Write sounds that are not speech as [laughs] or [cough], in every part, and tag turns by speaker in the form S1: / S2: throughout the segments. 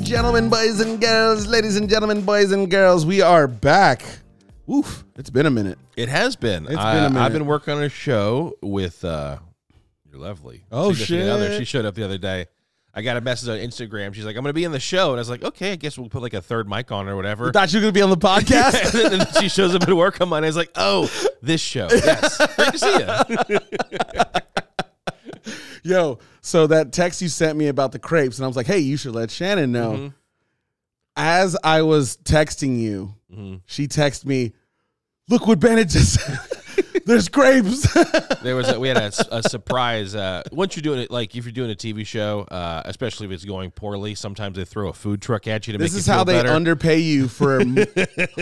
S1: gentlemen, boys and girls, ladies and gentlemen, boys and girls, we are back. Oof, it's been a minute.
S2: It has been.
S1: It's
S2: I,
S1: been a
S2: I've
S1: minute.
S2: been working on a show with uh, your lovely.
S1: Oh,
S2: significant
S1: shit.
S2: Other. She showed up the other day. I got a message on Instagram. She's like, "I'm going to be in the show," and I was like, "Okay, I guess we'll put like a third mic on or whatever."
S1: Thought you were gonna be on the
S2: [laughs] and [laughs]
S1: podcast.
S2: then she shows up at work on Monday. I was like, "Oh,
S1: [laughs]
S2: this show. Yes, great to see you."
S1: Yo, so that text you sent me about the crepes, and I was like, hey, you should let Shannon know.
S2: Mm-hmm.
S1: As I was texting you,
S2: Mm-hmm.
S1: she texted me, look what Bennett just
S2: [laughs]
S1: said. There's [laughs] grapes.
S2: There was a, we had a, s- a surprise. Uh, once you're doing it, like if you're doing a TV show, uh, especially if it's going poorly, sometimes they throw a food truck at you to
S1: this
S2: make
S1: is
S2: you feel
S1: how they
S2: better.
S1: underpay you
S2: [laughs]
S1: for m-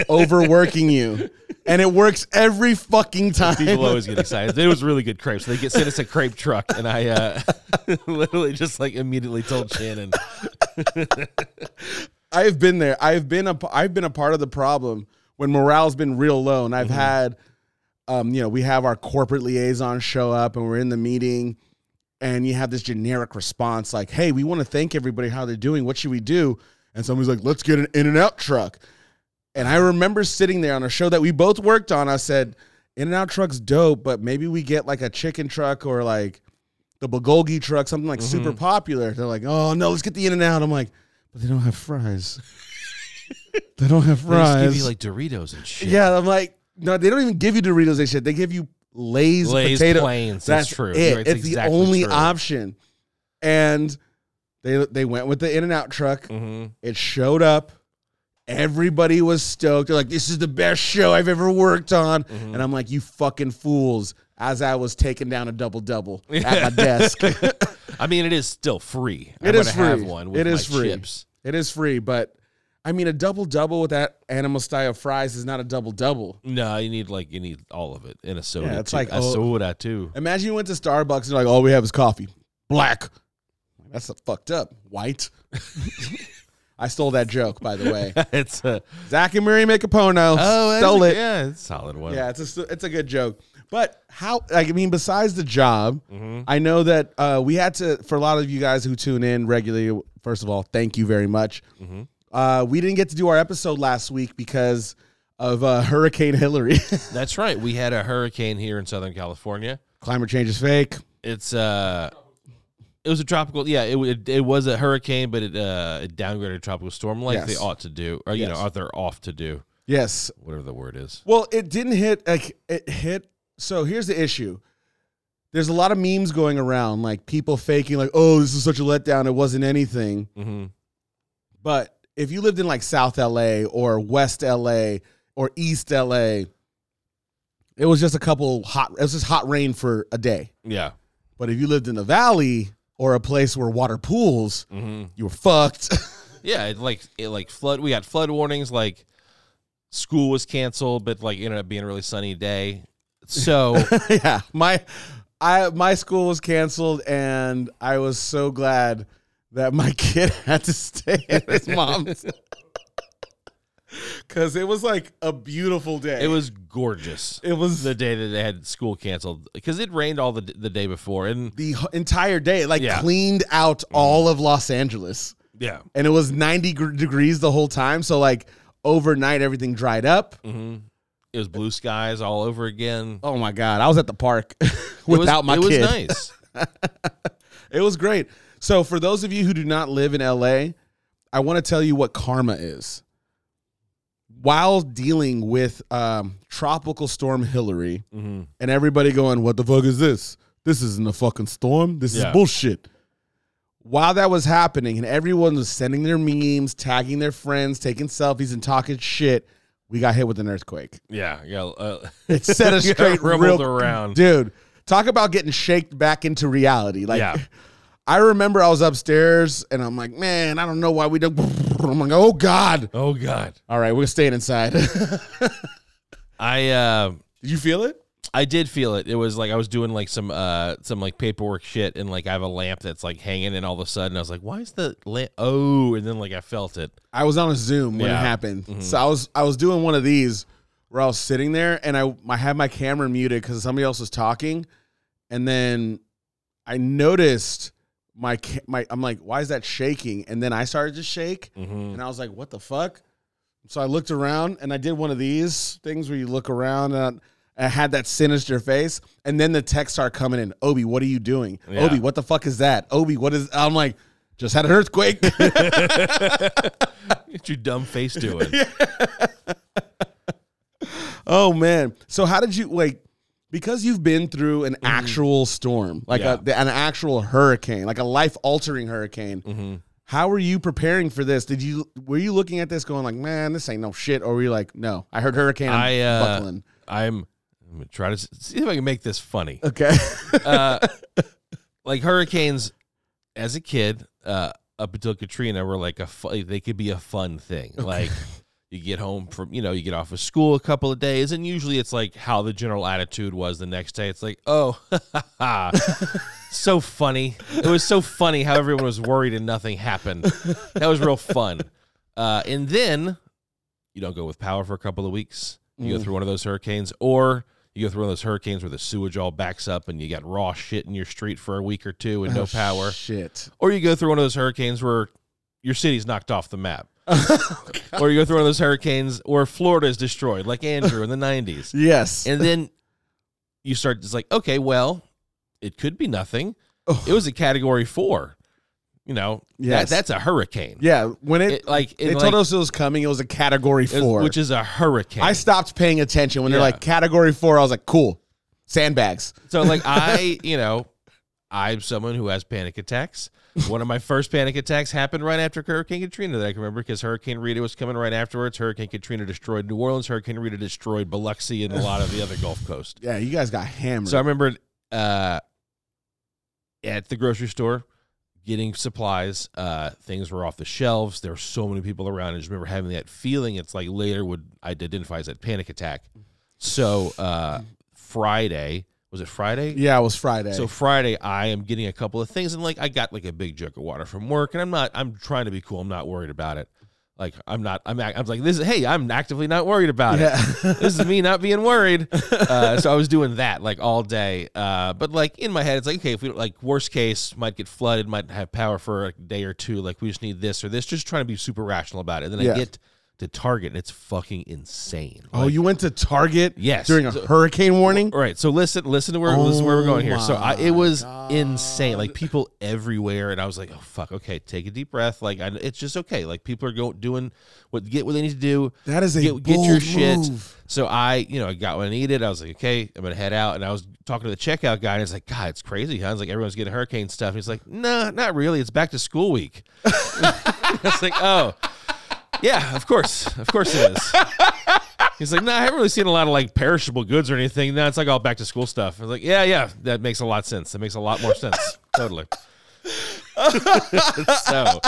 S1: overworking you. And it works every fucking time.
S2: People always get excited. It was really good crepe. So they get sent us a crepe truck, and I uh, [laughs] literally just like immediately told Shannon,
S1: I have been there. I've been a I've been a part of the problem when morale's been real low, and I've had, um, you know, we have our corporate liaison show up, and we're in the meeting, and you have this generic response like, "Hey, we want to thank everybody how they're doing. What should we do?" And somebody's like, "Let's get an In and Out truck." And I remember sitting there on a show that we both worked on. I said, "In and Out truck's dope, but maybe we get like a chicken truck or like." The bulgogi truck, something like super
S2: Mm-hmm.
S1: popular. They're like, oh no, let's get the In and Out. I'm like, but they don't have fries. [laughs] they don't have
S2: "They just give
S1: fries.
S2: you like Doritos and shit."
S1: yeah, I'm like, no, they don't even give you Doritos. They shit. They give you Lay's,
S2: Lay's
S1: potato.
S2: planes. That's,
S1: That's
S2: true.
S1: It.
S2: You're right,
S1: It's,
S2: exactly
S1: the only
S2: true.
S1: option. And they they went with the In and Out truck.
S2: Mhm.
S1: It showed up. Everybody was stoked. They're like, this is the best show I've ever worked on.
S2: Mm-hmm.
S1: And I'm like, you fucking fools. As I was taking down a double double
S2: [laughs]
S1: at my desk.
S2: I mean, it is still free.
S1: It
S2: I'm
S1: is
S2: gonna have
S1: free.
S2: one. With
S1: It is
S2: my
S1: free.
S2: Chips.
S1: It is free, but I mean, a double double with that animal style fries is not a double double.
S2: No, you need like you need all of it in a soda.
S1: Yeah, it's
S2: too.
S1: like,
S2: a
S1: oh-
S2: soda too. [laughs]
S1: Imagine you went to Starbucks and you're like, all we have is coffee, black. That's fucked up. White. [laughs] I stole that joke, by the way.
S2: it's a
S1: Zach and Mary make a porno.
S2: oh,
S1: stole
S2: it's
S1: it.
S2: a- Yeah, it's a solid one.
S1: Yeah, it's a it's a good joke. But how? Like, I mean, besides the job,
S2: Mm-hmm.
S1: I know that uh, we had to for a lot of you guys who tune in regularly. First of all, thank you very much.
S2: Mm-hmm.
S1: Uh, we didn't get to do our episode last week because of uh, [laughs] Hurricane Hillary.
S2: That's right. We had a hurricane here in Southern California.
S1: Climate change is fake.
S2: It's uh it was a tropical yeah it it, it was a hurricane but it uh it downgraded to tropical storm like
S1: Yes.
S2: they ought to do or you know
S1: Yes.
S2: ought they're off to do
S1: Yes.
S2: whatever the word is
S1: Well, it didn't hit. Like it hit. So here's the issue. There's a lot of memes going around, like people faking, like, "Oh, this is such a letdown. It wasn't anything."
S2: mm-hmm.
S1: But if you lived in like South LA or West LA or East LA, it was just a couple hot it was just hot rain for a day.
S2: yeah
S1: But if you lived in the valley or a place where water pools,
S2: mm-hmm.
S1: you were fucked. [laughs]
S2: yeah it like it like flood we got flood warnings like school was canceled but like ended up being a really sunny day
S1: [laughs]
S2: so
S1: yeah. My I my school was canceled and I was so glad that my [laughs] kid had to stay at his mom's. [laughs] Cause it was like a beautiful day.
S2: it was gorgeous
S1: it was
S2: the day that they had school canceled because it rained all the the day before and
S1: the h- entire day, like
S2: Yeah. Mm-hmm.
S1: cleaned out all of Los Angeles,
S2: yeah
S1: and it was ninety gr- degrees the whole time. So like overnight, everything dried up.
S2: hmm it was blue skies all over again
S1: Oh my god, I was at the park [laughs]
S2: It was-
S1: without my
S2: it
S1: kid.
S2: was nice
S1: [laughs] It was great. So for those of you who do not live in LA, I want to tell you what karma is. While dealing with um, tropical storm Hillary,
S2: mm-hmm.
S1: and everybody going, "What the fuck is this? This isn't a fucking storm. This
S2: Yeah.
S1: is bullshit." While that was happening, and everyone was sending their memes, tagging their friends, taking selfies, and talking shit, we got hit with an earthquake.
S2: Yeah, yeah. Uh, [laughs]
S1: It set us
S2: got
S1: straight,
S2: rumbled
S1: real,
S2: around.
S1: dude. Talk about getting shaked back into reality. Like,
S2: Yeah.
S1: I remember I was upstairs, and I'm like, "Man, I don't know why we don't." [laughs] I'm like, "Oh God!"
S2: oh God,
S1: All right, we're staying inside. [laughs] Did
S2: I uh,
S1: you feel it?
S2: I did feel it. It was like I was doing like some uh some like paperwork shit, and like I have a lamp that's like hanging, and all of a sudden I was like, "Why is the lamp?" Oh, and then like I felt it.
S1: I was on a Zoom when it
S2: Yeah. Mm-hmm.
S1: happened. So I was I was doing one of these where I was sitting there and I I had my camera muted because somebody else was talking, and then I noticed my ca- my I'm like, why is that shaking? And then I started to shake,
S2: Mm-hmm.
S1: and I was like, what the fuck? So I looked around, and I did one of these things where you look around and. I, I had that sinister face, and then the texts are coming in. Obi, what are you doing?
S2: Yeah.
S1: Obi, what the fuck is that? Obi, what is? I'm like, just had an earthquake. [laughs]
S2: What's your dumb face [laughs] doing?
S1: Oh man! So how did you like? Because you've been through an actual storm, like
S2: Mm-hmm. Yeah.
S1: a, the- an actual hurricane, like a life-altering hurricane.
S2: Mhm.
S1: How were you preparing for this? Did you were you looking at this going like, man, this ain't no shit, or were you like, no, I heard hurricane, I'm
S2: I, uh,
S1: buckling.
S2: I'm, I'm gonna try to s- see if I can make this funny.
S1: [laughs] Okay.
S2: Uh, like hurricanes, as a kid, uh, up until Katrina, were like a fu- they could be a fun thing. Like you get home from you know you get off of school a couple of days, and usually it's like how the general attitude was the next day. It's like oh, [laughs] so funny. It was so funny how everyone was worried and nothing happened. That was real fun. Uh, and then you don't go with power for a couple of weeks. You go through one of those hurricanes, or you go through one of those hurricanes where the sewage all backs up and you got raw shit in your street for a week or two and no
S1: Oh,
S2: power.
S1: Shit.
S2: Or you go through one of those hurricanes where your city's knocked off
S1: [laughs]
S2: the map.
S1: Oh,
S2: or you go through one of those hurricanes where Florida is destroyed, like
S1: [laughs]
S2: Andrew in the 90s.
S1: Yes.
S2: And then you start just like, okay, well, it could be nothing.
S1: Oh.
S2: It was a category four. You know, that-
S1: Yes.
S2: that's a hurricane.
S1: yeah. When it,
S2: It- like
S1: they
S2: it, like,
S1: told us it was coming, it was a category
S2: it-
S1: four,
S2: which is a hurricane.
S1: I stopped paying attention when they're
S2: Yeah.
S1: like category four. I was like, cool, sandbags.
S2: so like I, you know, I'm someone who has panic attacks. One of my first panic attacks happened right after Hurricane Katrina that I can remember because Hurricane Rita was coming right afterwards. Hurricane Katrina destroyed New Orleans. Hurricane Rita destroyed Biloxi and a lot of the other Gulf Coast.
S1: Yeah, you guys got hammered.
S2: So I remember uh, at the grocery store getting supplies. Uh, things were off the shelves. There were so many people around. I just remember having that feeling. It's like later would I'd identify as that panic attack. So uh, Friday was it Friday?
S1: yeah, it was Friday.
S2: So Friday, I am getting a couple of things, and like I got like a big jug of water from work, and I'm not. I'm trying to be cool. I'm not worried about it. Like I'm not. I'm. act- I'm like this. Is, hey, I'm actively not worried about it
S1: yeah.
S2: this is me not
S1: [laughs]
S2: being worried. Uh, so I was doing that like all day. Uh, but like in my head, it's like, okay, if we like worst case might get flooded, might have power for a day or two. Like we just need this or this, just trying to be super rational about it. And then
S1: Yeah.
S2: I get to Target and it's fucking insane.
S1: Oh, you went to Target
S2: Yes.
S1: during a
S2: So-
S1: hurricane warning?
S2: all right, so listen, listen to where listen to where we're
S1: Oh
S2: going here. So I,
S1: my
S2: it was
S1: God.
S2: insane, like people everywhere, and I was like, "Oh fuck, okay, take a deep breath." Like I, it's just okay. Like people are going doing what get what they need to do.
S1: That is a
S2: get, get your
S1: bold
S2: shit.
S1: move.
S2: So I, you know, I got what I needed. I was like, okay, I'm gonna head out. And I was talking to the checkout guy, and it's like, God, it's crazy, huh? It's like everyone's getting hurricane stuff. And he's like, Nah, not really. It's back to school week. [laughs] It's like, oh, yeah, of course, of course it is. He's like, no, I haven't really seen a lot of like perishable goods or anything. No, it's like all back to school stuff. I was like, yeah, yeah, that makes a lot of sense. That makes a lot more sense. totally. [laughs] so, [laughs]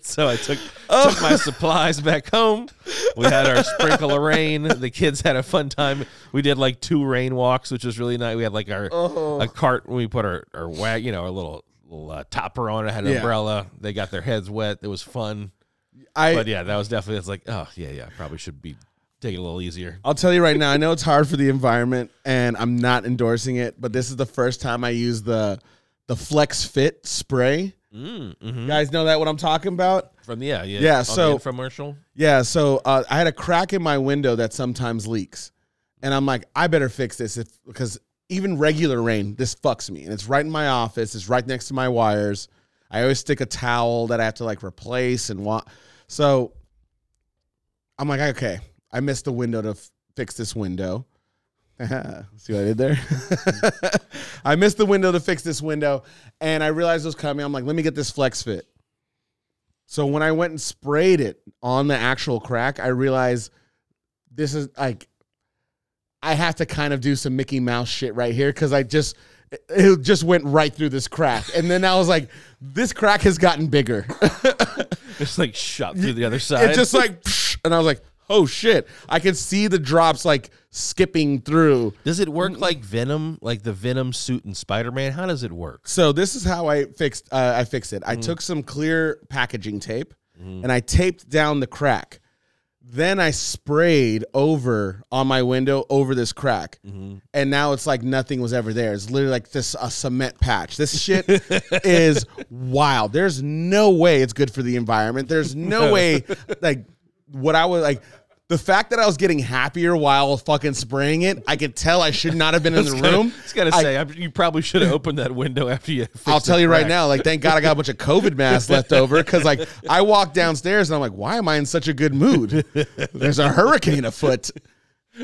S2: so I took took my supplies back home. We had our sprinkle of rain. The kids had a fun time. We did like two rain walks, which was really nice. We had like our a cart when we put our our wag, you know, our little little uh, topper on. It had an
S1: Yeah.
S2: umbrella. They got their heads wet. It was fun.
S1: I,
S2: But yeah, that was definitely. It's like, oh yeah, yeah, I probably should be taking it a little easier.
S1: I'll tell you right now, I know it's hard for the environment and I'm not endorsing it, but this is the first time I use the the Flex Fit spray.
S2: Mm, mhm.
S1: You guys know that what I'm talking about?
S2: From the, yeah, yeah,
S1: Yeah,
S2: on
S1: so-
S2: the infomercial.
S1: Yeah, so uh, I had a crack in my window that sometimes leaks, and I'm like, I better fix this if because even regular rain, this fucks me, and it's right in my office, it's right next to my wires. I always stick a towel that I have to like replace and what. So I'm like, okay, I missed the window to f- fix this window. [laughs] See what I did there? [laughs] I missed the window to fix this window, and I realized it was coming. I'm like, let me get this flex fit. So when I went and sprayed it on the actual crack, I realized this is like I have to kind of do some Mickey Mouse shit right here because I just it- it just went right through this crack, and then I was like, this crack has gotten bigger. [laughs]
S2: It's like shot through the other side.
S1: It's just like, [laughs] and I was like, oh shit! I could see the drops like skipping through.
S2: does it
S1: Mm.
S2: work like Venom, like the Venom suit in Spider Man? How does it work?
S1: So this is how I fixed uh,
S2: Mm.
S1: I fixed it. I took some clear packaging tape and I taped down the crack. Then I sprayed over on my window over this crack,
S2: Mm-hmm.
S1: and now it's like nothing was ever there. It's literally like this a cement patch. This
S2: [laughs]
S1: shit is wild. There's no way it's good for the environment.
S2: [laughs]
S1: There's no way like what I was like. The fact that I was getting happier while fucking spraying it, I could tell I should not have been in the room.
S2: [laughs] It's gotta
S1: I-
S2: say, I, you probably
S1: [laughs]
S2: should have opened that window after you. fixed
S1: I'll tell
S2: the
S1: you right
S2: crack.
S1: now, like, thank God I got a bunch of COVID masks left over because, like, I walked downstairs and I'm like, why am I in such a good mood? There's a hurricane afoot.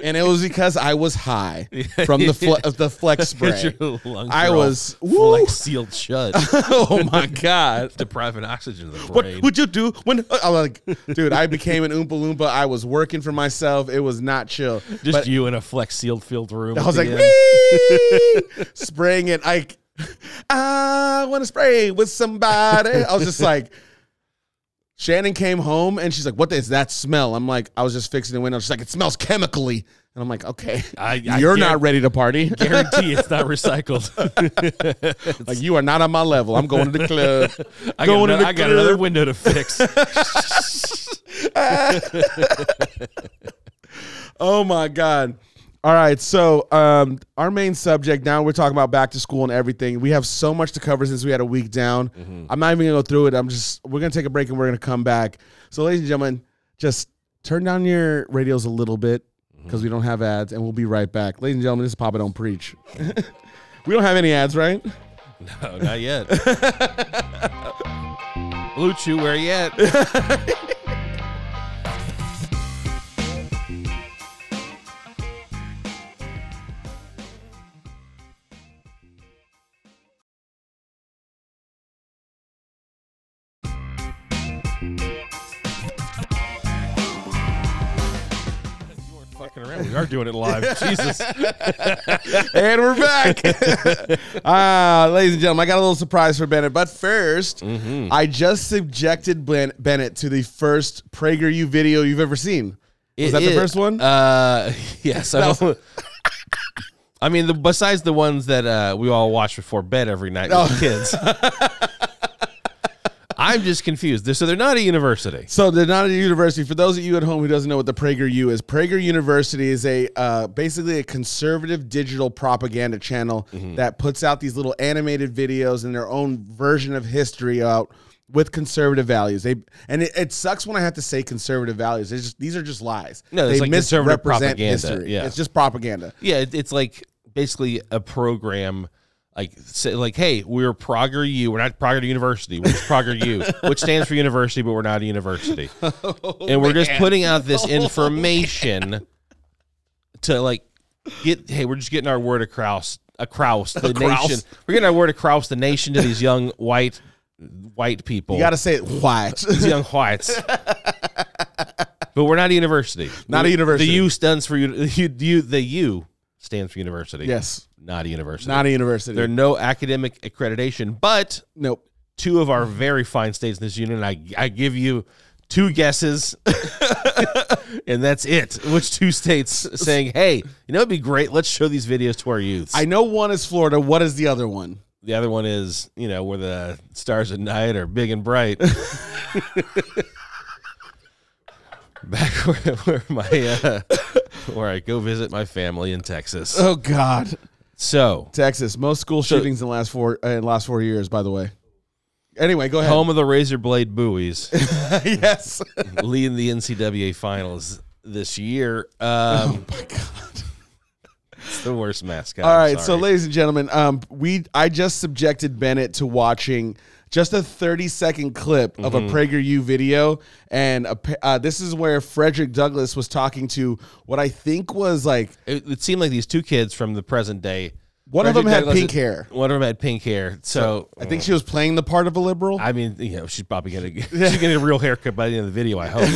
S1: And it was because I was high from the fle- of the [laughs] flex
S2: [laughs]
S1: spray.
S2: Your lungs
S1: I
S2: are all
S1: was- woo.
S2: flex
S1: [laughs]
S2: sealed shut,
S1: oh my God.
S2: depriving oxygen of the
S1: What
S2: brain.
S1: would you do when uh, I'm like, dude? I became an Oompa Loompa. I was working for myself. It was not chill.
S2: Just
S1: But-
S2: you in a flex sealed filled room.
S1: I was like, "Wee!" spraying it. Like, I want to spray with somebody. I was just like, Shannon came home and she's like, "What is that smell?" I'm like, "I was just fixing the window." She's like, "It smells chemically," and I'm like, "Okay,
S2: I, I
S1: you're
S2: guar-
S1: not ready to
S2: [laughs]
S1: party.
S2: guarantee it's
S1: [laughs]
S2: not recycled.
S1: like, you are not on my level. I'm going to the club."
S2: [laughs] I,
S1: Going
S2: got,
S1: to
S2: ano-
S1: the
S2: I got another
S1: crib.
S2: window to fix.
S1: oh my god. All right, so um, our main subject now we're talking about back to school and everything. We have so much to cover since we had a week down. I'm not even gonna go through it. I'm just we're gonna take a break and we're gonna come back. So, ladies and gentlemen, just turn down your radios a little bit because we don't have ads, and we'll be right back. Ladies and gentlemen, this is Papa Don't Preach. [laughs] we don't have any ads, right?
S2: no, not yet. [laughs] Blue Chew, where you at? Fucking around. We are doing it live. [laughs] Jesus.
S1: and we're back. [laughs] Ah, ladies and gentlemen, I got a little surprise for Bennett, but 1st
S2: Mm-hmm.
S1: I just subjected Ben- Bennett to the first PragerU video you've ever seen. Was
S2: It
S1: that the
S2: is-
S1: first one?
S2: Uh, [laughs] yes. I, don't- [laughs] I mean, the, besides the ones that uh, we all watch before bed every night with
S1: Oh.
S2: the kids.
S1: [laughs]
S2: I'm just confused. They're- So they're not a university.
S1: So they're not at a university. For those of you at home who doesn't know what the PragerU is, Prager University is a uh, basically a conservative digital propaganda channel
S2: Mm-hmm.
S1: that puts out these little animated videos and their own version of history out with conservative values. They and it, it sucks when I have to say conservative values. It's just, these are just lies.
S2: No, it's
S1: they
S2: like conservative
S1: misrepresent
S2: propaganda,
S1: history.
S2: yeah.
S1: It's just propaganda.
S2: Yeah, it, it's like basically a program. Like say, like, hey, we're Prager U. We're not Prager University. We're just Prager U, which stands for university, but we're not a university. and we're just putting out this information to like get hey we're just getting our word across across the
S1: Across.
S2: nation we're getting our word across the nation to these young white white people
S1: You got to say it white.
S2: these young whites but we're not a university
S1: Not a
S2: The-
S1: university.
S2: the u stands for u- [laughs] you, you the u stands for university
S1: [laughs] yes,
S2: not a university
S1: not a university.
S2: there are no academic accreditation but
S1: nope.
S2: two of our very fine states in this union. I I give you two guesses, [laughs] and that's it. Which two states saying, "Hey, you know, it'd be great. Let's show these videos to our youths."
S1: I know one is Florida. What is the other one?
S2: the other one is, you know, where the stars at night are big and
S1: [laughs]
S2: bright. Back [laughs] where, where my uh, where I go visit my family in Texas.
S1: Oh God.
S2: So
S1: Texas, most school shootings in the last four uh, in the last four years, by the way. Anyway, go ahead.
S2: home of the razor blade buoys.
S1: [laughs]
S2: [laughs]
S1: yes.
S2: leading the NCAA finals this year. Um,
S1: my God.
S2: it's the worst mascot.
S1: All right, so ladies and gentlemen, um, we I just subjected Bennett to watching just a 30 second clip of
S2: Mm-hmm.
S1: a PragerU video, and a, pa- uh, this is where Frederick Douglass was talking to what I think was like
S2: it, it seemed like these two kids from the present day.
S1: One of
S2: Frederick
S1: them had
S2: Douglass-
S1: pink hair.
S2: One of them had pink hair. So,
S1: I think she was playing the part of a liberal.
S2: I mean, you know, she's probably gonna get, she's gonna get a real haircut by the end of the video. I hope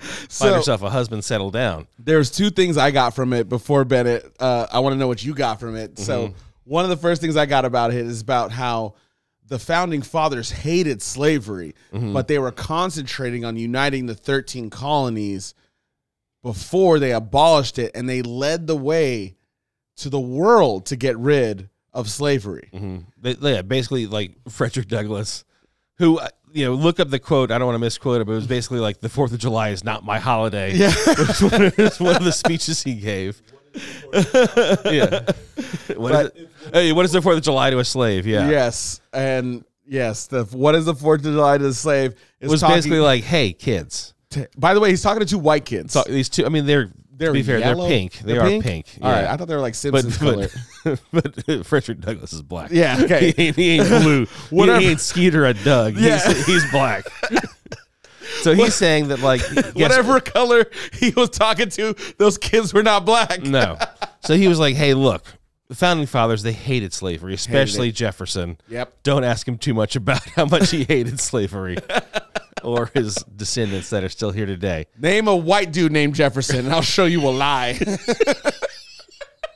S2: find
S1: so
S2: herself a husband, settle down.
S1: there's two things I got from it before Bennett. Uh, I want to know what you got from it.
S2: Mm-hmm.
S1: So one of the first things I got about it is about how the founding fathers hated slavery,
S2: Mm-hmm.
S1: but they were concentrating on uniting the 13 colonies before they abolished it, and they led the way to the world to get rid of slavery.
S2: Mm-hmm. They, yeah, basically like Frederick Douglass, who uh, you know look up the quote. I don't want to misquote it, but it was basically like the Fourth of July is not my holiday. [laughs]
S1: Yeah.
S2: was one, of, was one of the speeches
S1: [laughs]
S2: he gave. yeah. What is
S1: But-
S2: it? Hey, what is the Fourth of July to a slave? Yeah.
S1: Yes, and yes, the what is the Fourth of July to the slave
S2: It
S1: is
S2: was
S1: talking
S2: basically like, hey, kids.
S1: to- by the way, he's talking to two white kids.
S2: So these two. I mean, they're they're to be fair.
S1: yellow?
S2: They're pink. They
S1: They're
S2: are pink.
S1: All right,
S2: Yeah.
S1: I thought they were like
S2: but
S1: Simpsons
S2: [laughs]
S1: color.
S2: but, but [laughs] Frederick Douglass is black.
S1: Yeah, okay.
S2: [laughs] he, ain't, he ain't
S1: [laughs]
S2: blue.
S1: Whatever.
S2: He, ain't Skeeter a Doug.
S1: Yeah.
S2: He's, [laughs]
S1: [laughs]
S2: he's black. so he's saying that like guess-
S1: Whatever color [laughs] he was talking to, those kids were not black.
S2: No. So he was like, "Hey, look, the founding fathers they hated slavery, especially Jefferson.
S1: Yep.
S2: Don't ask him too much about how much he
S1: [laughs]
S2: hated slavery." Or his descendants that are still here today.
S1: Name a white dude named Jefferson, and I'll show you a lie.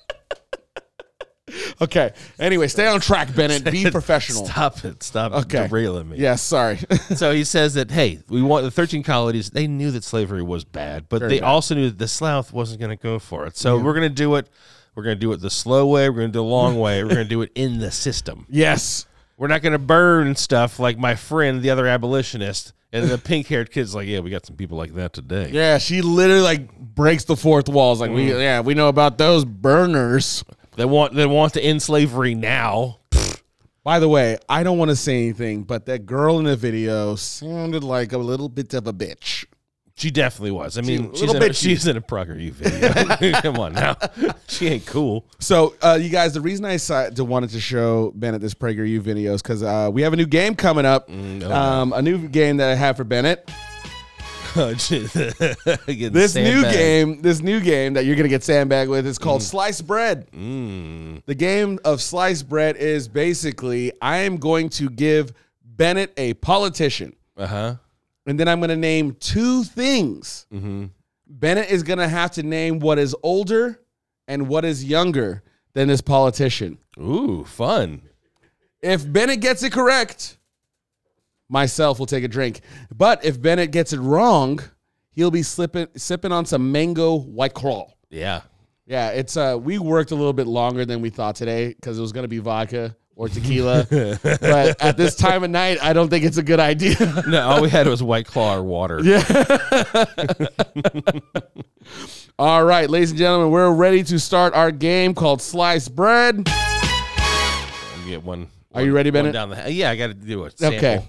S1: [laughs] okay. Anyway, stay on track, Bennett. Be professional.
S2: [laughs] Stop it. Stop
S1: Okay.
S2: derailing me.
S1: Yes,
S2: [laughs]
S1: sorry.
S2: So he says that, hey, we want the 13 colonies. They knew that slavery was bad, but they
S1: bad.
S2: also knew that the South wasn't going to go for it. So we're going to do it. We're going to do it the slow way. We're going to do it
S1: [laughs]
S2: the long way. We're going to do it in the system.
S1: yes.
S2: we're not going to burn stuff like my friend, the other abolitionist. And
S1: [laughs]
S2: the pink haired kid's like, yeah, we got some people like that today.
S1: Yeah, she literally like breaks the fourth wall. It's like we
S2: Mm.
S1: yeah, we know about those burners.
S2: They want they want to end slavery now.
S1: By the way, I don't want to say anything, but that girl in the video sounded like a little bit of a bitch.
S2: She definitely was. I mean,
S1: She's a
S2: she's,
S1: little
S2: in,
S1: bitchy.
S2: she's in a Prager U video. [laughs] Come
S1: [laughs]
S2: on now. She ain't cool. [laughs]
S1: So, uh, you guys, the reason I si- to wanted to show Bennett this PragerU video is because uh, we have a new game coming up. um, a new game that I have for Bennett.
S2: this
S1: This new game, this new game that you're gonna get sandbagged with is called Sliced Bread. The game of Sliced Bread is basically I am going to give Bennett a politician.
S2: Uh huh.
S1: and then I'm going to name two things. Bennett is going to have to name what is older and what is younger than this politician.
S2: Ooh, fun.
S1: If Bennett gets it correct, myself will take a drink. But if Bennett gets it wrong, he'll be slipping sipping on some mango white claw.
S2: Yeah.
S1: Yeah, it's uh we worked a little bit longer than we thought today because it was gonna be vodka or tequila. but at this time of night, I don't think it's a good idea.
S2: [laughs]
S1: [laughs]
S2: No, all we had was White Claw or water.
S1: All right, ladies and gentlemen, we're ready to start our game called Sliced Bread.
S2: Get one.
S1: Are you ready, Bennett?
S2: one down the, yeah, I got to do it.
S1: Okay.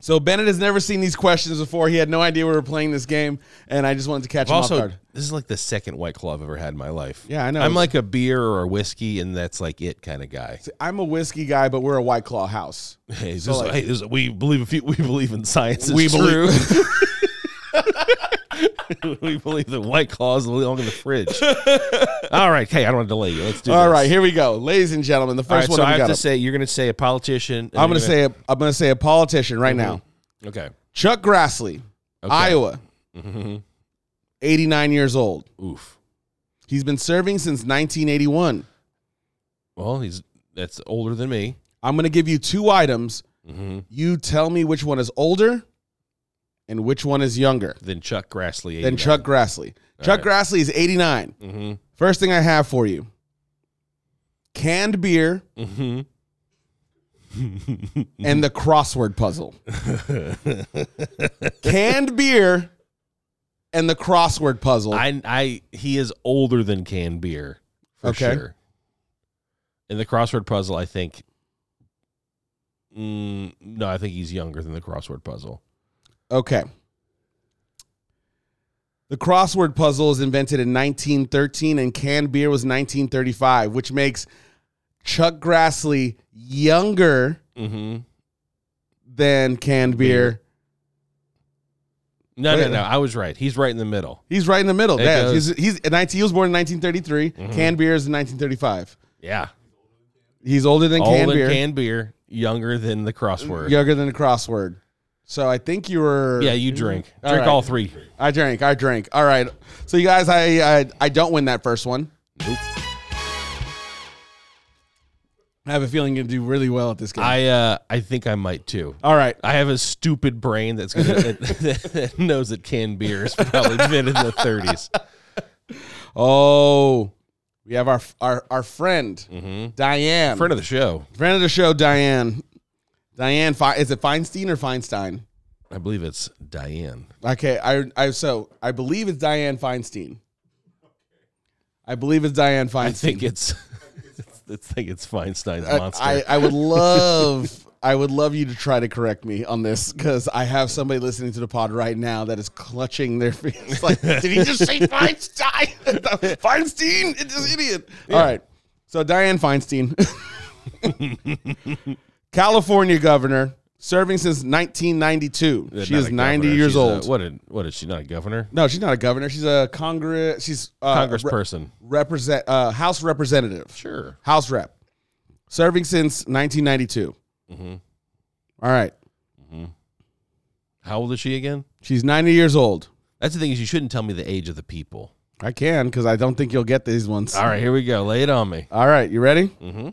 S1: So Bennett has never seen these questions before. He had no idea we were playing this game, and I just wanted to catch him off
S2: also,
S1: guard.
S2: this is like the second White Claw I've ever had in my life.
S1: Yeah, I know.
S2: I'm like a beer or a whiskey, and that's like it kind of guy.
S1: I'm a whiskey guy, but we're a White Claw house.
S2: [laughs] Hey, [laughs] this is- hey, this is- we believe a few, we believe in science. It's true. [laughs] we believe that White Claw is long in
S1: [laughs]
S2: the fridge. All right, hey, I don't want to delay you. Let's
S1: [laughs]
S2: do.
S1: All
S2: this.
S1: right, here we go, ladies and gentlemen. The
S2: All
S1: first
S2: right, so
S1: one
S2: I
S1: we got.
S2: have to
S1: up.
S2: say you're going to say a politician. and
S1: I'm going to
S2: you're
S1: say a, I'm going to say a politician right now.
S2: Mm-hmm. okay.
S1: Chuck Grassley, Iowa,
S2: Mhm.
S1: 89 years old.
S2: Oof.
S1: He's been serving since 1981.
S2: Well, he's that's older than me.
S1: I'm going to give you two items.
S2: Mm-hmm.
S1: You tell me which one is older and which one is younger
S2: Then Chuck Grassley.
S1: than Chuck Grassley. Chuck Grassley is 89.
S2: Mm-hmm.
S1: First thing I have for you canned beer
S2: Mm-hmm.
S1: and the crossword puzzle. canned beer and the crossword puzzle.
S2: [laughs] I, I, he is older than canned beer for
S1: Okay.
S2: sure. In the crossword puzzle, I think. Mm, no, I think he's younger than the crossword puzzle.
S1: okay. The crossword puzzle is invented in 1913 and canned beer was 1935, which makes Chuck Grassley younger
S2: Mm-hmm.
S1: than canned beer.
S2: No, no,
S1: Wait.
S2: no. I was right. He's right in the middle.
S1: He's right in the middle.
S2: It Mm-hmm.
S1: Yeah, he's,
S2: goes-
S1: he's in 19, he was born in 1933. Canned beer is in 1935.
S2: Yeah,
S1: He's older than
S2: older
S1: canned
S2: than
S1: beer,
S2: canned beer, younger than the crossword. Yeah,
S1: younger than the crossword. So I think you were.
S2: you drink.
S1: All
S2: drink
S1: right.
S2: all three.
S1: I drank. I drank. All right. So you guys, I I, I don't win that first one.
S2: Nope.
S1: I have a feeling you do really well at this game.
S2: I, uh, I think I might too.
S1: All right.
S2: I have a stupid brain that's gonna that, that knows that canned beer
S1: [laughs]
S2: is probably been in the 30s.
S1: Oh, we have our our our friend
S2: Mm-hmm.
S1: Diane,
S2: Friend of the show.
S1: friend of the show, Diane. Diane, Fe- is it Feinstein or Feinstein?
S2: I believe it's Diane.
S1: Okay, I, I, so I believe it's Diane Feinstein. I believe it's Diane Feinstein.
S2: I think it's. [laughs] I think it's Feinstein's
S1: I-
S2: monster.
S1: I, I would love I would love you to try to correct me on this because I have somebody listening to the pod right now that is clutching their [laughs] face. Like, did he just say Feinstein? [laughs] Feinstein? It's this idiot. All right. So Diane Feinstein, [laughs] California governor, serving since 1992.
S2: Uh,
S1: she
S2: not
S1: is
S2: a
S1: 90
S2: governor.
S1: years
S2: She's a-
S1: old.
S2: what? A, what is she? Not a governor?
S1: no, she's not a governor. She's a Congress. She's uh, re-
S2: Congressperson.
S1: represent uh, House representative.
S2: sure.
S1: House rep, serving since 1992.
S2: Mhm.
S1: All right.
S2: How old is she again?
S1: She's 90 years old.
S2: That's the thing is you shouldn't tell me the age of the people.
S1: I can because I don't think you'll get these ones.
S2: All right, here we go. Lay it on me.
S1: All right. You ready?
S2: Mm-hmm.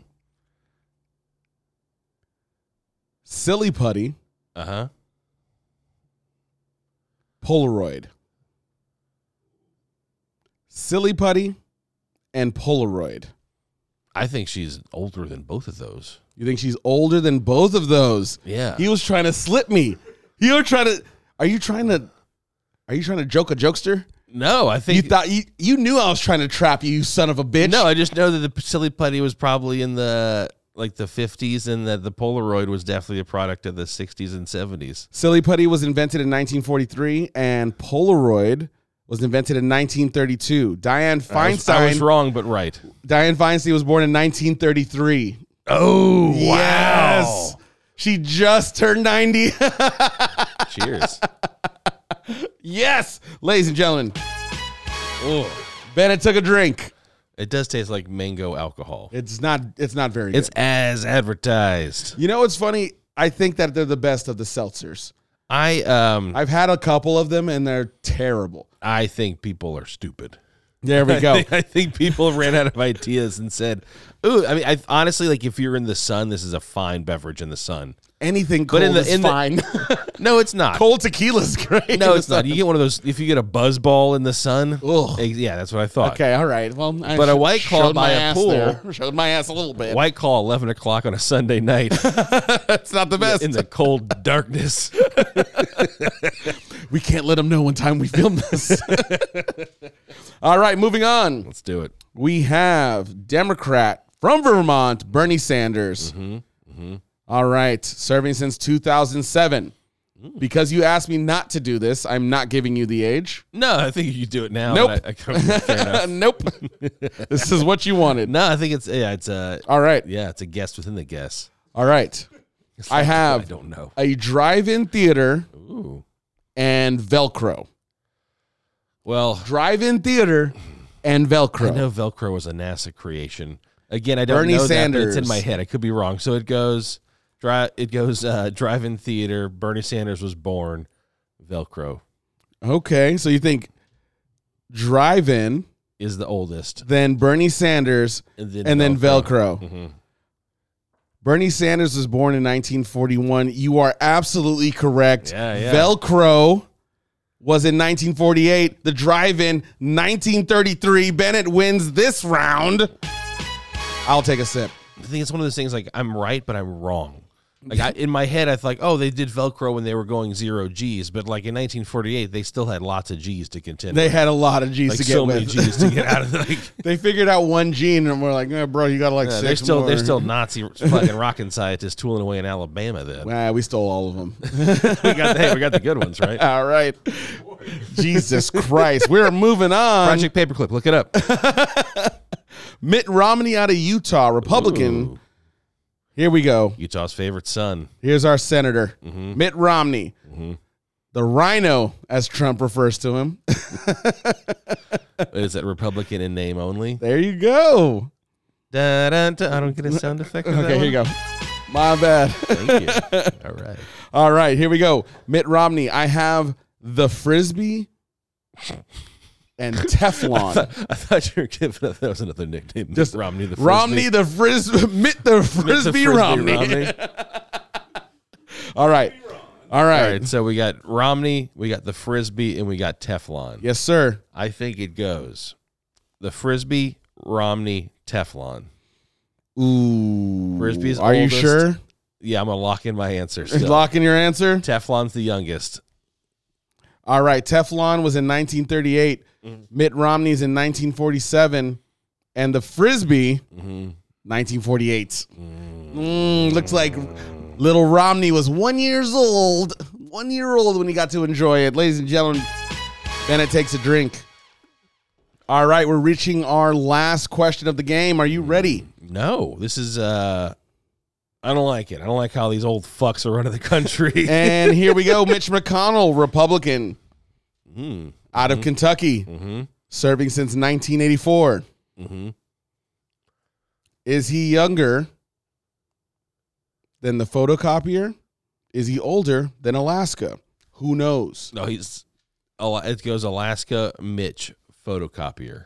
S1: Silly putty,
S2: Uh huh.
S1: Polaroid. Silly putty and Polaroid.
S2: I think she's older than both of those.
S1: You think she's older than both of those?
S2: Yeah.
S1: He was trying to slip me. You were trying to. Are you trying to? Are you trying to joke a jokester?
S2: no, I
S1: You
S2: think.
S1: thought you, you knew I was trying to trap you, you son of a bitch.
S2: no, I just know that the silly putty was probably in the like the 50s, and that the Polaroid was definitely a product of the 60s and 70s.
S1: Silly putty was invented in 1943, and Polaroid was invented in 1932. Diane
S2: I was- I was
S1: Feinstein.
S2: wrong, but right.
S1: Diane Feinstein was born in 1933.
S2: Oh
S1: Yes, she just turned 90.
S2: [laughs] Cheers.
S1: [laughs] yes, ladies and gentlemen,
S2: oh,
S1: Bennett took a drink.
S2: it does taste like mango alcohol.
S1: It's not. It's not very.
S2: It's
S1: good.
S2: as advertised.
S1: You know what's funny? I think that they're the best of the seltzers.
S2: I um
S1: I've had a couple of them, and they're terrible.
S2: I think people are stupid. [laughs]
S1: There we
S2: I [laughs]
S1: go.
S2: think, I think people ran out of ideas and said, "Ooh, I mean, I, honestly, like if you're in the sun, this is a fine beverage in the sun."
S1: Anything cold
S2: in the-
S1: is
S2: in the- [laughs]
S1: fine.
S2: No, it's not.
S1: cold tequila's great.
S2: no, it's not. You get one of those if you get a buzz ball in the sun.
S1: Ugh.
S2: eh, Yeah, that's what I thought.
S1: Okay, all right. Well, I
S2: But a
S1: sh-
S2: White Claw
S1: showed
S2: by a
S1: ass
S2: pool-
S1: there. [laughs] showed my ass a little bit.
S2: White call eleven o'clock on a
S1: [laughs]
S2: Sunday night
S1: That's not the best.
S2: in the cold darkness.
S1: we can't let them know when time we filmed this.
S2: [laughs]
S1: [laughs] all right, moving on.
S2: Let's do it.
S1: We have Democrat from Vermont, Bernie Sanders.
S2: Mm-hmm,
S1: All right, serving since 2007.
S2: Mm.
S1: Because you asked me not to do this, I'm not giving you the age.
S2: No, I think you do it now.
S1: Nope.
S2: but I- I can't-
S1: [laughs]
S2: fair enough. [laughs]
S1: nope. this is what you wanted.
S2: no, I think it's yeah, it's a
S1: All right.
S2: yeah, it's a guess within the guess.
S1: All right.
S2: It's
S1: I
S2: like,
S1: have-
S2: I don't know.
S1: A drive in theater
S2: Ooh.
S1: and Velcro.
S2: Well,
S1: drive-in theater and
S2: I
S1: Velcro.
S2: know Velcro was a NASA creation. Again, I don't
S1: Bernie
S2: know that, but it's in
S1: Sanders.
S2: my head. I could be wrong. So it goes, drive. It goes uh, drive-in theater. Bernie Sanders was born. Velcro
S1: Okay, so you think drive-in,
S2: is the oldest,
S1: then Bernie Sanders, and then Velcro.
S2: Mhm.
S1: Bernie Sanders was born in 1941. You are absolutely correct.
S2: Yeah, yeah.
S1: Velcro was in 1948. The drive-in 1933. Bennett wins this round. I'll take a sip.
S2: I think it's one of those things like I'm right, but I'm wrong. Like I, in my head, I thought, oh, they did Velcro when they were going zero G's, but like in 1948, they still had lots of G's to contend.
S1: They had a lot of G's
S2: like
S1: to get
S2: so many
S1: with.
S2: G's to get out of. Like
S1: [laughs] They figured out one gene, and we're like, eh, bro, you got like
S2: yeah,
S1: six
S2: they're still they're
S1: more."
S2: still Nazi fucking rocket scientists tooling away in Alabama. Then
S1: Nah, Ah, we stole all of them.
S2: [laughs] we got hey, we got the good ones
S1: [laughs]
S2: right.
S1: All right. [laughs] Jesus Christ. We're moving on.
S2: Project Paperclip. Look
S1: [laughs]
S2: it up.
S1: Mitt Romney out of Utah, Republican.
S2: Ooh.
S1: Here we go.
S2: Utah's
S1: [laughs]
S2: favorite son.
S1: Here's our senator, Mitt Romney. The rhino, as Trump refers to him.
S2: Is that Republican in name only?
S1: there you go.
S2: Da, da, da. I don't get a sound effect. of that
S1: Okay, here you
S2: one.
S1: go. My bad. [laughs]
S2: Thank you. All right.
S1: All right, here we go. Mitt Romney, I have the frisbee [laughs] and Teflon.
S2: [laughs] I thought you were giving that was another nickname.
S1: Just
S2: Romney the Frisbee.
S1: Romney the frisbee, [laughs] Mitt the
S2: It's a
S1: frisbee, Romney.
S2: [laughs] All
S1: All right. All right.
S2: right. So we got Romney, we got the Frisbee, and we got Teflon.
S1: Yes, sir.
S2: I think it goes the Frisbee, Romney, Teflon.
S1: Ooh,
S2: Frisbee's
S1: Are
S2: oldest. [laughs]
S1: you sure?
S2: Yeah, I'm gonna lock in my answer.
S1: Lock
S2: still.
S1: Locking your answer.
S2: Teflon's the youngest.
S1: All right, Teflon was in 1938,
S2: Mm-hmm.
S1: Mitt Romney's in 1947, and the Frisbee
S2: Mm-hmm.
S1: 1948. Mm, looks like little Romney was one years old, one year old when he got to enjoy it. Ladies and gentlemen, Bennett takes a drink. All right, we're reaching our last question of the game. Are you ready?
S2: No, this is uh, I don't like it. I don't like how these old fucks are running the [laughs] country.
S1: And here we go. Mitch McConnell, Republican,
S2: Mm,
S1: out of Kentucky,
S2: mhm,
S1: serving since 1984.
S2: mhm.
S1: Is he younger than the photocopier? Is he older than Alaska? Who knows?
S2: No, he's Ala- it goes Alaska Mitch photocopier.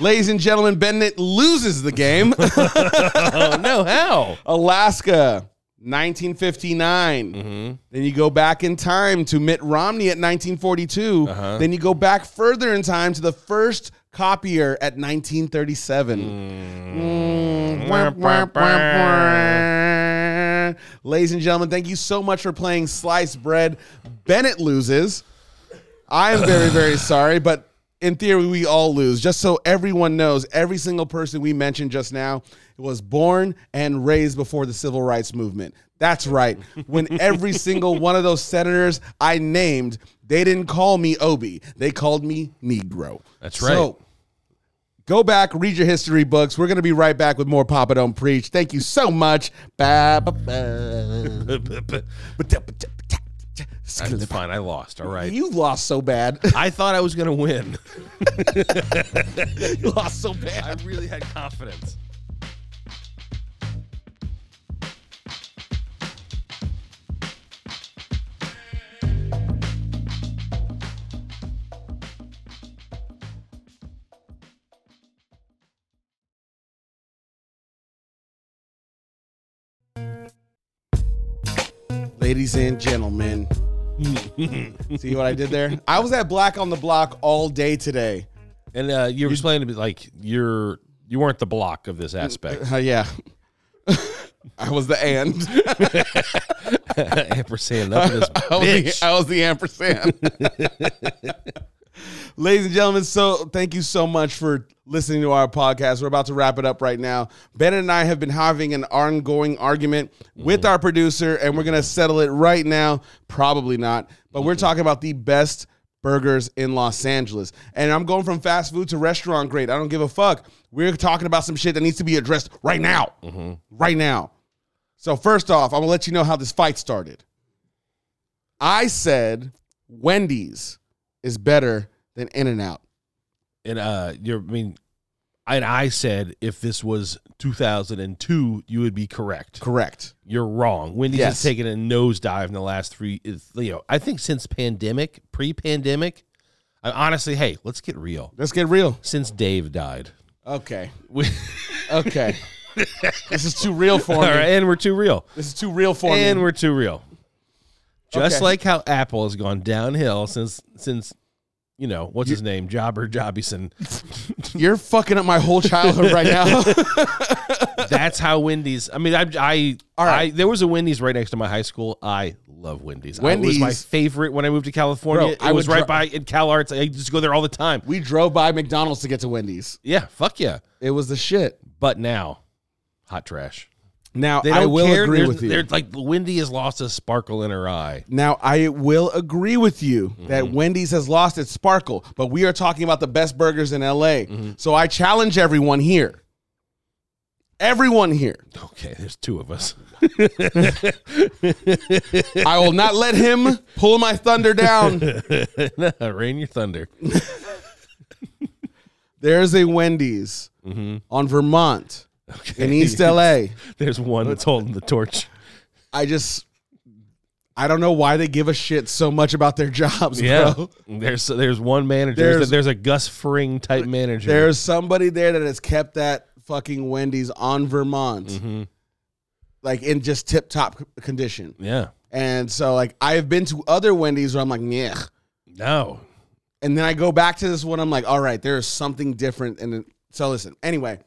S1: Ladies and gentlemen, Bennett loses the game.
S2: oh no, [laughs] how?
S1: Alaska, 1959.
S2: Mm-hmm.
S1: Then you go back in time to Mitt Romney at 1942.
S2: Uh-huh.
S1: Then you go back further in time to the first copier at 1937.
S2: Mm.
S1: Wah, wah, wah, wah. Ladies and gentlemen, thank you so much for playing Sliced Bread. Bennett loses. I am
S2: [sighs]
S1: very, very sorry, but in theory, we all lose. Just so everyone knows, every single person we mentioned just now was born and raised before the civil rights movement. That's right. When
S2: [laughs]
S1: every single one of those senators I named, they didn't call me Obi, they called me Negro.
S2: That's right.
S1: So, Go back, read your history books. We're going to be right back with more Papa Don't Preach. Thank you so much. Ba, ba, ba.
S2: That's fine. I lost. All right.
S1: You lost so bad. [laughs]
S2: I thought I was gonna win.
S1: you lost so
S2: [laughs] I
S1: bad.
S2: really had confidence.
S1: Ladies and [laughs] gentlemen. See what I did there? I was at Black on the Block all day today.
S2: And uh, you were explaining to me like you're you weren't the block of this [laughs] aspect.
S1: Uh, yeah. [laughs] I was the and.
S2: Ampersand up [laughs] in this
S1: I was,
S2: bitch.
S1: the, I was the ampersand. [laughs] Ladies and gentlemen, so thank you so much for listening to our podcast. We're about to wrap it up right now. Ben and I have been having an ongoing argument with our producer, and we're going to settle it right now. Probably not, but we're talking about the best burgers in Los Angeles. And I'm going from fast food to restaurant grade. I don't give a fuck. We're talking about some shit that needs to be addressed right now. Right now. So, first off, I'm going to let you know how this fight started. I said Wendy's is better than In and Out.
S2: and uh, you're I mean, and I said if this was 2002, you would be correct.
S1: Correct.
S2: You're wrong. Wendy's
S1: Yes.
S2: has taken a nosedive in the last three. is- You know, I think since pandemic, pre-pandemic. I honestly, hey, let's get real.
S1: Let's get real.
S2: Since Dave died, [laughs]
S1: Okay.
S2: we,
S1: Okay. [laughs] this is too real for
S2: all
S1: me.
S2: right, and we're too real.
S1: This is too real for
S2: and
S1: me.
S2: we're too real. Just
S1: Okay.
S2: like how Apple has gone downhill since since you know what's his name Jobber Jobbyson.
S1: You're fucking up my whole childhood right now. [laughs]
S2: That's how Wendy's. I mean, I, I,
S1: All right.
S2: I there was a Wendy's right next to my high school. I love Wendy's. I- it was my
S1: Wendy's-
S2: favorite when I moved to California.
S1: Bro,
S2: it
S1: I
S2: was
S1: would
S2: right
S1: dri-
S2: by in CalArts. I just go there all the time.
S1: we drove by McDonald's to get to Wendy's.
S2: Yeah, fuck yeah.
S1: It was the shit.
S2: But now, hot trash.
S1: Now
S2: They don't
S1: I will
S2: care.
S1: agree
S2: There's-
S1: with you.
S2: They're like Wendy has lost a sparkle in her eye.
S1: Now I will agree with you that Wendy's has lost its sparkle, but we are talking about the best burgers in LA. So I challenge everyone here. Everyone here.
S2: Okay, there's two of us. [laughs]
S1: I will not let him pull my thunder down.
S2: Rain your thunder.
S1: There's a Wendy's on Vermont
S2: Okay.
S1: in East LA.
S2: [laughs] There's one that's holding the torch.
S1: I just I don't know why they give a shit so much about their jobs,
S2: [laughs]
S1: bro.
S2: There's there's one manager.
S1: There's-
S2: There's, there's a Gus Fring type manager.
S1: There's somebody there that has kept that fucking Wendy's on Vermont. Like in just tip top condition.
S2: yeah.
S1: And so like I've been to other Wendy's where I'm like, yeah.
S2: No.
S1: And then I go back to this one, I'm like, all right, there is something different. And then, so listen, anyway,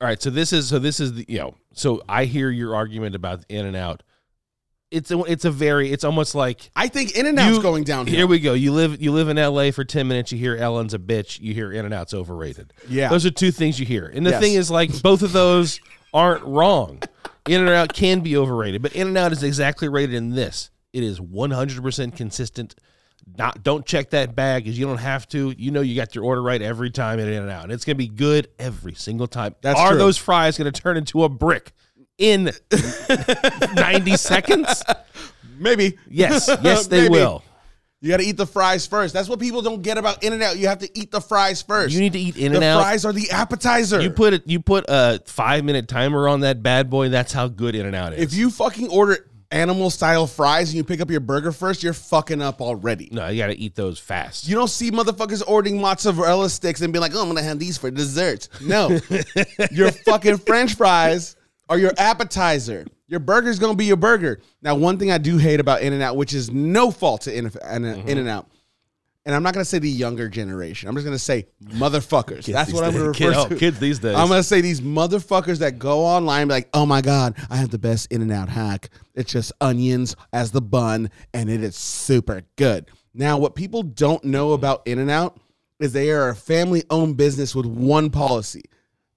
S2: All right, so this is so this is the you know so I hear your argument about in and out. It's a, it's a very it's almost like
S1: I think In and Out's
S2: You-
S1: going down
S2: here we go. You live you live in L.A. for ten minutes. You hear Ellen's a bitch. You hear In and Out's overrated.
S1: Yeah.
S2: those are two things you hear. And the
S1: Yes.
S2: thing is, like both of those aren't wrong. In and Out can be overrated, but In and Out is exactly rated in this. It is one hundred percent consistent. Not don't check that bag because you don't have to. You know you got your order right every time in In and Out, and it's gonna be good every single time.
S1: That's
S2: are
S1: true.
S2: those fries gonna turn into a brick in [laughs] ninety seconds?
S1: Maybe.
S2: Yes, yes they
S1: Maybe.
S2: will.
S1: You got to eat the fries first. That's what people don't get about In and Out. You have to eat the fries first.
S2: You need to eat In
S1: the
S2: and Out.
S1: fries are the appetizer.
S2: You put it. You put a five minute timer on that bad boy. That's how good In and Out is.
S1: if you fucking order animal style fries and you pick up your burger first, you're fucking up already.
S2: no, you got to eat those fast.
S1: You don't see motherfuckers ordering mozzarella sticks and being like, oh, I'm gonna have these for dessert.
S2: [laughs]
S1: No. your fucking french fries are your appetizer. Your burger's gonna be your burger. Now, one thing I do hate about In N Out, which is no fault to uh, In
S2: Mm-hmm.
S1: N Out, and I'm not gonna say the younger generation, I'm just gonna say motherfuckers. That's what I'm gonna
S2: Kid-
S1: refer
S2: oh,
S1: to.
S2: kids these days.
S1: I'm gonna say these motherfuckers that go online and be like, oh my god, I have the best In and Out hack. It's just onions as the bun, and it is super good. Now, what people don't know about In and Out is they are a family owned business with one policy.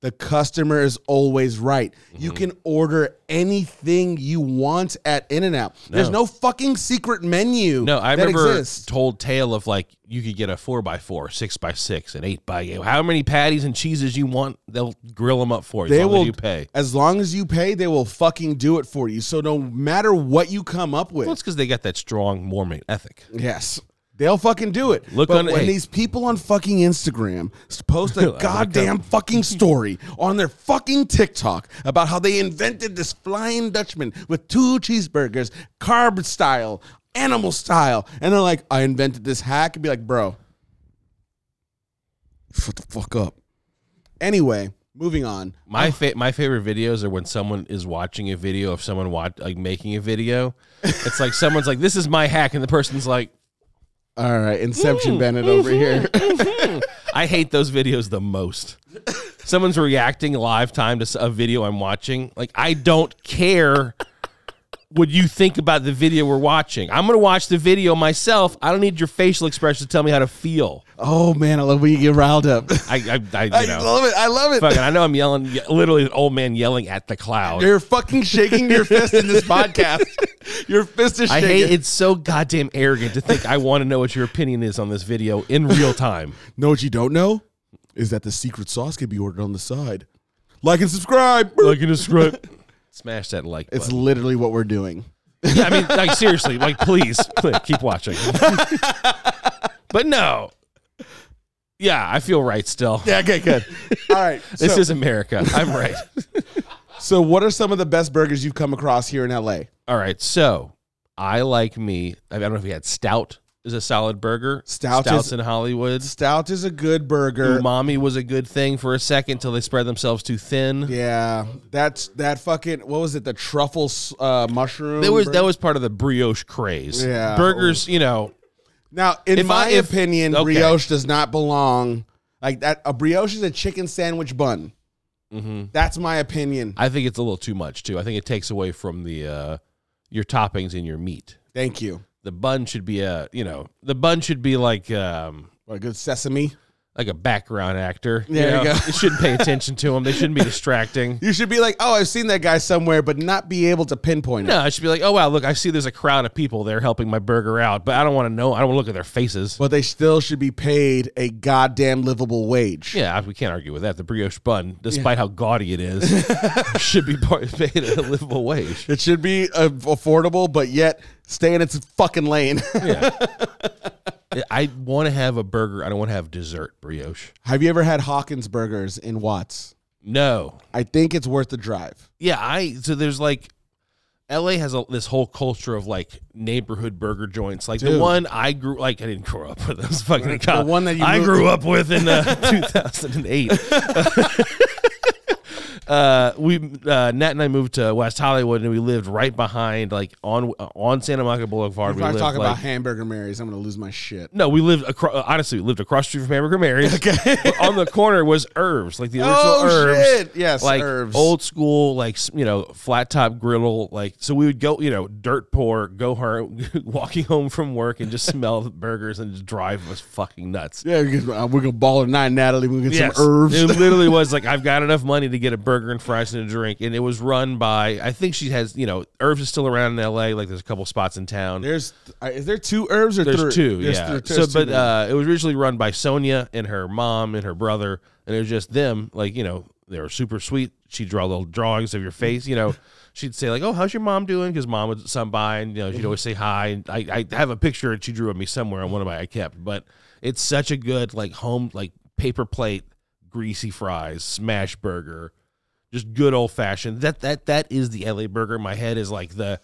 S1: The customer is always right.
S2: Mm-hmm.
S1: You can order anything you want at In and Out. There's no fucking secret menu.
S2: no, I
S1: that
S2: remember
S1: exists.
S2: told tale of like you could get a four by four, six by six, an eight by eight. How many patties and cheeses you want, they'll grill them up for you.
S1: They
S2: as long as
S1: will-
S2: you pay.
S1: As long as you pay, they will fucking do it for you. So no matter what you come up with,
S2: Well, it's because they got that strong Mormon ethic.
S1: Yes. They'll fucking do it.
S2: Look
S1: but
S2: on-
S1: when
S2: hey.
S1: these people on fucking Instagram post
S2: [laughs]
S1: a goddamn fucking story on their fucking TikTok about how they invented this flying Dutchman with two cheeseburgers, carb style, animal style, and they're like, I invented this hack, and be like, bro, shut the fuck up. Anyway, moving on.
S2: My fa- my favorite videos are when someone is watching a video of someone watch like making
S1: [laughs]
S2: a video. It's like someone's like, "This is my hack," and the person's like,
S1: All right, Inception
S2: Mm.
S1: Bennett over here.
S2: Mm-hmm. I hate those videos the most. Someone's reacting live time to s- a video I'm watching. Like, I don't care what you think about the video we're watching. I'm going to watch the video myself. I don't need your facial expression to tell me how to feel.
S1: [laughs] oh man, I love when you get riled up. [laughs]
S2: I, I, I
S1: I
S2: you know,
S1: love it. I love it.
S2: fucking, I know I'm yelling, ye- literally, an old man yelling at the cloud.
S1: You're fucking shaking your fist in this podcast. Your fist is
S2: I
S1: shaking.
S2: hate it's so goddamn arrogant to think I want to know what your opinion is on this video in real time.
S1: Know what you don't know? Is that the secret sauce can be ordered on the side. Like and subscribe.
S2: Like in a script. Smash that like
S1: It's
S2: button.
S1: literally what we're doing.
S2: Yeah, I mean, like seriously, like please, please keep watching. [laughs] but no, yeah, I feel right still.
S1: Yeah, okay, good. [laughs] All right. So,
S2: This is America.
S1: [laughs]
S2: I'm right.
S1: so what are some of the best burgers you've come across here in LA?
S2: All right, so I like me. I don't know if you had stout is a solid burger.
S1: Stout
S2: Stouts
S1: is-
S2: in Hollywood.
S1: Stout is a good burger.
S2: Umami was a good thing for a second till they spread themselves too thin.
S1: Yeah. That's that fucking what was it? The truffle s- uh, mushroom.
S2: That was
S1: burger?
S2: that was part of the brioche craze.
S1: Yeah.
S2: Burgers, you know,
S1: Now, in
S2: If
S1: my
S2: I- if-
S1: opinion,
S2: okay.
S1: brioche does not belong like that. A brioche is a chicken sandwich bun.
S2: Mm-hmm.
S1: That's my opinion.
S2: I think it's a little too much too. I think it takes away from the uh, your toppings and your meat.
S1: Thank you.
S2: the bun should be a you know the bun should be like um
S1: What a good sesame.
S2: like a background actor.
S1: There you
S2: know?
S1: go.
S2: you shouldn't pay attention to them. They shouldn't
S1: [laughs]
S2: be distracting.
S1: You should be like, oh, I've seen that guy somewhere, but not be able to pinpoint it.
S2: No, I should be like, oh wow, look, I see there's a crowd of people there helping my burger out, but I don't want to know. I don't want to look at their faces.
S1: But they still should be paid a goddamn livable wage.
S2: Yeah, we can't argue with that. The brioche bun, despite how gaudy
S1: [laughs]
S2: it is, should be par- paid a livable wage.
S1: It should be uh, affordable, but yet stay in its fucking lane. [laughs]
S2: I want to have a burger. I don't want to have dessert brioche.
S1: Have you ever had Hawkins burgers in Watts?
S2: No,
S1: I think it's worth the drive.
S2: Yeah, I so there's like LA has a, this whole culture of like neighborhood burger joints. Like the
S1: Dude.
S2: one I grew like I didn't grow up with those fucking cops.
S1: one that you
S2: [laughs] I
S1: moved-
S2: grew up with in uh, 2008. [laughs] uh, we uh, Nat and I moved to West Hollywood, and we lived right behind, like on on Santa Monica Boulevard.
S1: If
S2: We
S1: I
S2: lived,
S1: talk
S2: like-
S1: about hamburger Marys, I'm gonna lose my shit.
S2: no, we lived across. Honestly, we lived across the street from
S1: [laughs]
S2: Hamburger Mary's. But on the corner was Herbs, like the original Herbs,
S1: Oh, shit! Yes,
S2: like
S1: herbs.
S2: old school, like s- you know, flat top griddle. Like so, we would go, you know, dirt poor, go home, [laughs] walking home from work, and just smell the burgers and just drive us fucking nuts.
S1: Yeah, we could- uh, we're gonna ball at nine, Natalie. We're gonna get
S2: Yes.
S1: some herbs.
S2: It literally was like I've got enough money to get a burger and fries and a drink, and it was run by I think she has you know herbs is still around in L.A. Like there's a couple spots in town.
S1: [laughs] There's uh, is there two herbs or
S2: there's
S1: three?
S2: two,
S1: There's
S2: yeah.
S1: th-
S2: so,
S1: there's two
S2: but
S1: now.
S2: uh, it was originally run by Sonia and her mom and her brother, and it was just them. Like you know, they were super sweet. She'd draw little drawings of your face. You know, she'd say like, "Oh, how's your mom doing?" Because mom would come by, and you know, she'd always say hi. And I, I have a picture that she drew of me somewhere on one of my I kept. But it's such a good like home like paper plate, greasy fries, smash burger, just good old fashioned. That that that is the LA burger. My head is like the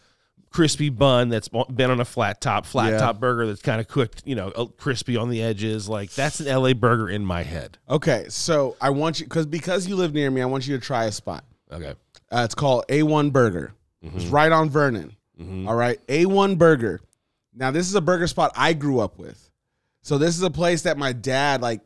S2: crispy bun that's been on a flat top, flat
S1: Yeah.
S2: top burger that's kind of cooked, you know, uh, crispy on the edges. Like that's an LA burger in my head.
S1: okay, so I want you because because you live near me, I want you to try a spot.
S2: Okay.
S1: Uh, it's called A1 Burger.
S2: Mm-hmm.
S1: It's right on Vernon.
S2: Mhm.
S1: All right, A1 Burger. Now this is a burger spot I grew up with. So this is a place that my dad like.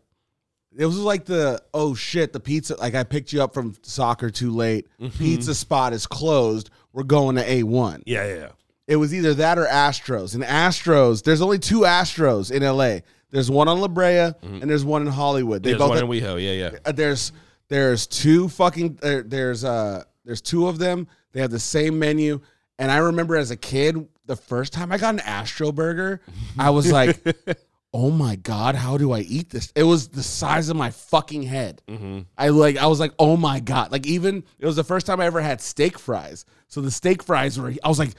S1: It was like the oh shit the pizza like I picked you up from soccer too late.
S2: Mm-hmm.
S1: Pizza spot is closed. We're going to A1.
S2: Yeah, yeah, yeah.
S1: It was either that or Astros. And Astros, there's only two Astros in LA. There's one on La Brea and there's one in Hollywood. They
S2: Mm-hmm. There's
S1: both
S2: one in WeHo. Yeah, yeah.
S1: uh, there's there's two fucking there, there's uh there's two of them. They have the same menu. And I remember as a kid, the first time I got an Astro burger, I was
S2: [laughs]
S1: like, "Oh my god, how do I eat this?" It was the size of my fucking head.
S2: Mm-hmm.
S1: [laughs] I like I was like, "Oh my god!" Like even it was the first time I ever had steak fries. So the steak fries were I was like,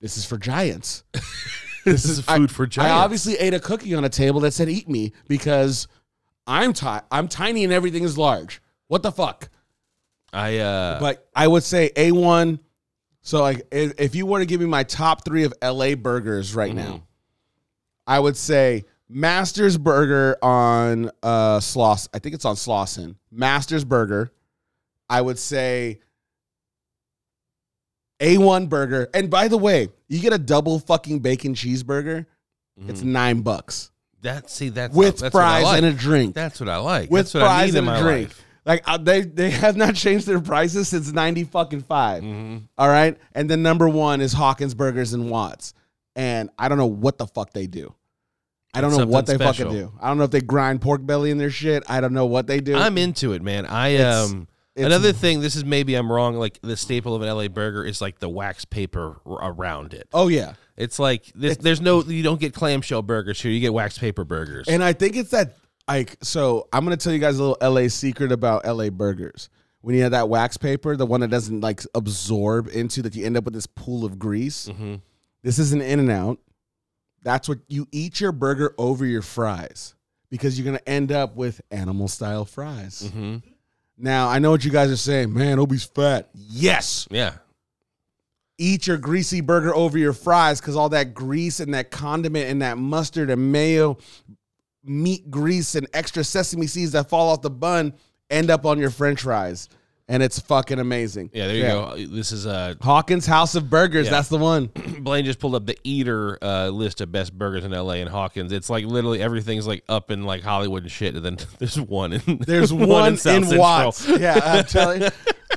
S1: "This is for giants."
S2: This is food for
S1: I
S2: giants.
S1: obviously ate a cookie on a table that said "Eat me" because I'm ti- I'm tiny and everything is large. What the fuck?
S2: I uh
S1: But I would say a one. So like, if, if you were to give me my top three of L.A. burgers right
S2: Mm-hmm.
S1: now, I would say Masters Burger on uh Sloss. I think it's on Slauson. Masters Burger. I would say a one burger. And by the way, you get a double fucking bacon cheeseburger. It's nine bucks
S2: that see Mm-hmm. that's
S1: with
S2: that's what I
S1: fries
S2: like.
S1: and a drink.
S2: That's what I like.
S1: with
S2: that's what I
S1: fries
S2: need in
S1: and
S2: my
S1: a drink.
S2: life.
S1: Like uh, they they have not changed their prices since ninety fucking 5
S2: Mhm.
S1: All right, and then number one is Hawkins Burgers and Watts, and I don't know what the fuck they do. I don't
S2: It's
S1: know what they
S2: something
S1: fucking
S2: special.
S1: do. I don't know if they grind pork belly in their shit. I don't know what they do.
S2: I'm into it, man. I um
S1: it's-
S2: another thing. This is maybe I'm wrong. Like the staple of an LA burger is like the wax paper r- around it.
S1: oh yeah,
S2: It's like this, there's no you don't get clamshell burgers here. You get wax paper burgers.
S1: and I think it's that like so. I'm gonna tell you guys a little LA secret about LA burgers. When you have that wax paper, the one that doesn't like absorb into that, you end up with this pool of grease.
S2: mm-hmm.
S1: This is an in and out. That's what you eat your burger over your fries because you're going to end up with animal style fries.
S2: Mm-hmm.
S1: Now, I know what you guys are saying. Man, Obi's fat. Yes.
S2: Yeah.
S1: Eat your greasy burger over your fries because all that grease and that condiment and that mustard and mayo, meat grease, and extra sesame seeds that fall off the bun end up on your french fries. And it's fucking amazing.
S2: Yeah, there you go. This is uh [clears throat]
S1: Hawkins House of Burgers.
S2: Yeah.
S1: That's the
S2: [laughs]
S1: one.
S2: Blaine just pulled up the eater uh, list of best burgers in LA and Hawkins. It's like literally everything's like up in like Hollywood and shit, and then [laughs] there's one in [laughs]
S1: There's one, in,
S2: South Central. [laughs]
S1: Watts. Yeah, I'm telling you.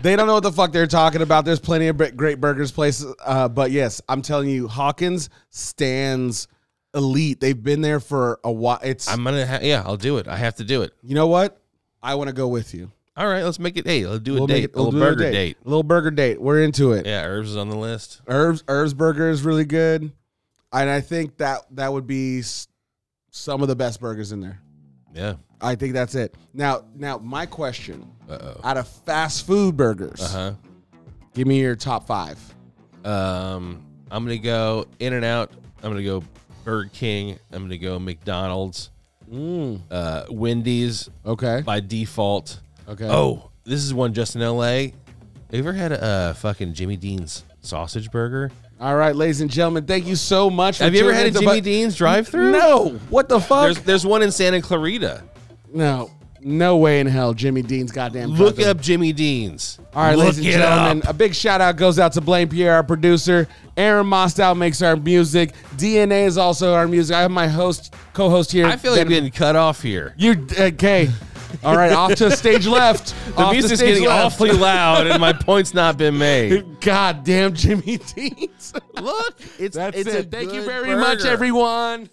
S1: They don't know what the fuck they're talking about. There's plenty of br- great burgers places. Uh, but yes, I'm telling you, Hawkins stands elite. They've been there for a while. It's,
S2: I'm gonna ha- yeah, I'll do it. I have to do it.
S1: you know what? I want to go with you.
S2: All right, let's make it. Hey, let's do a
S1: We'll
S2: date,
S1: make it-
S2: a
S1: we'll
S2: little
S1: do
S2: burger date.
S1: Little burger date. We're into it.
S2: Yeah, herbs is on the list.
S1: Herbs, Herbs Burger is really good. And I think that that would be s- some of the best burgers in there.
S2: Yeah.
S1: I think that's it. Now, now my question
S2: Uh oh.
S1: out of fast food burgers,
S2: Uh
S1: give me your top five.
S2: huh. Um, I'm gonna go In and Out. I'm gonna go Burger King. I'm gonna go McDonald's. Uh, Wendy's
S1: Okay.
S2: by default.
S1: Okay.
S2: Oh, this is one just in L.A. Have you ever had a uh, fucking Jimmy Dean's sausage burger?
S1: All right, ladies and gentlemen, thank you so much. For
S2: Have you ever
S1: tuning
S2: had a
S1: into
S2: Jimmy
S1: Bu-
S2: Dean's drive-through?
S1: No. What the fuck?
S2: There's there's one in Santa Clarita.
S1: no. No way in hell, Jimmy Dean's goddamn.
S2: Look
S1: cousin.
S2: up Jimmy Dean's.
S1: All right,
S2: Look
S1: ladies and
S2: it up.
S1: gentlemen, a big shout out goes out to Blaine Pierre, our producer. Aaron Mostow makes our music. DNA is also our music. I have my host, co-host here.
S2: I feel like
S1: Dan-
S2: we're getting cut off here.
S1: you okay? All right, off to
S2: [laughs]
S1: stage left.
S2: The
S1: off to
S2: music's
S1: stage
S2: getting
S1: left.
S2: awfully loud, and my point's not [laughs] been made.
S1: God damn, Jimmy Dean's.
S2: Look, it's
S1: That's
S2: it's
S1: it.
S2: a
S1: Thank you
S2: good
S1: very much,
S2: burger.
S1: everyone.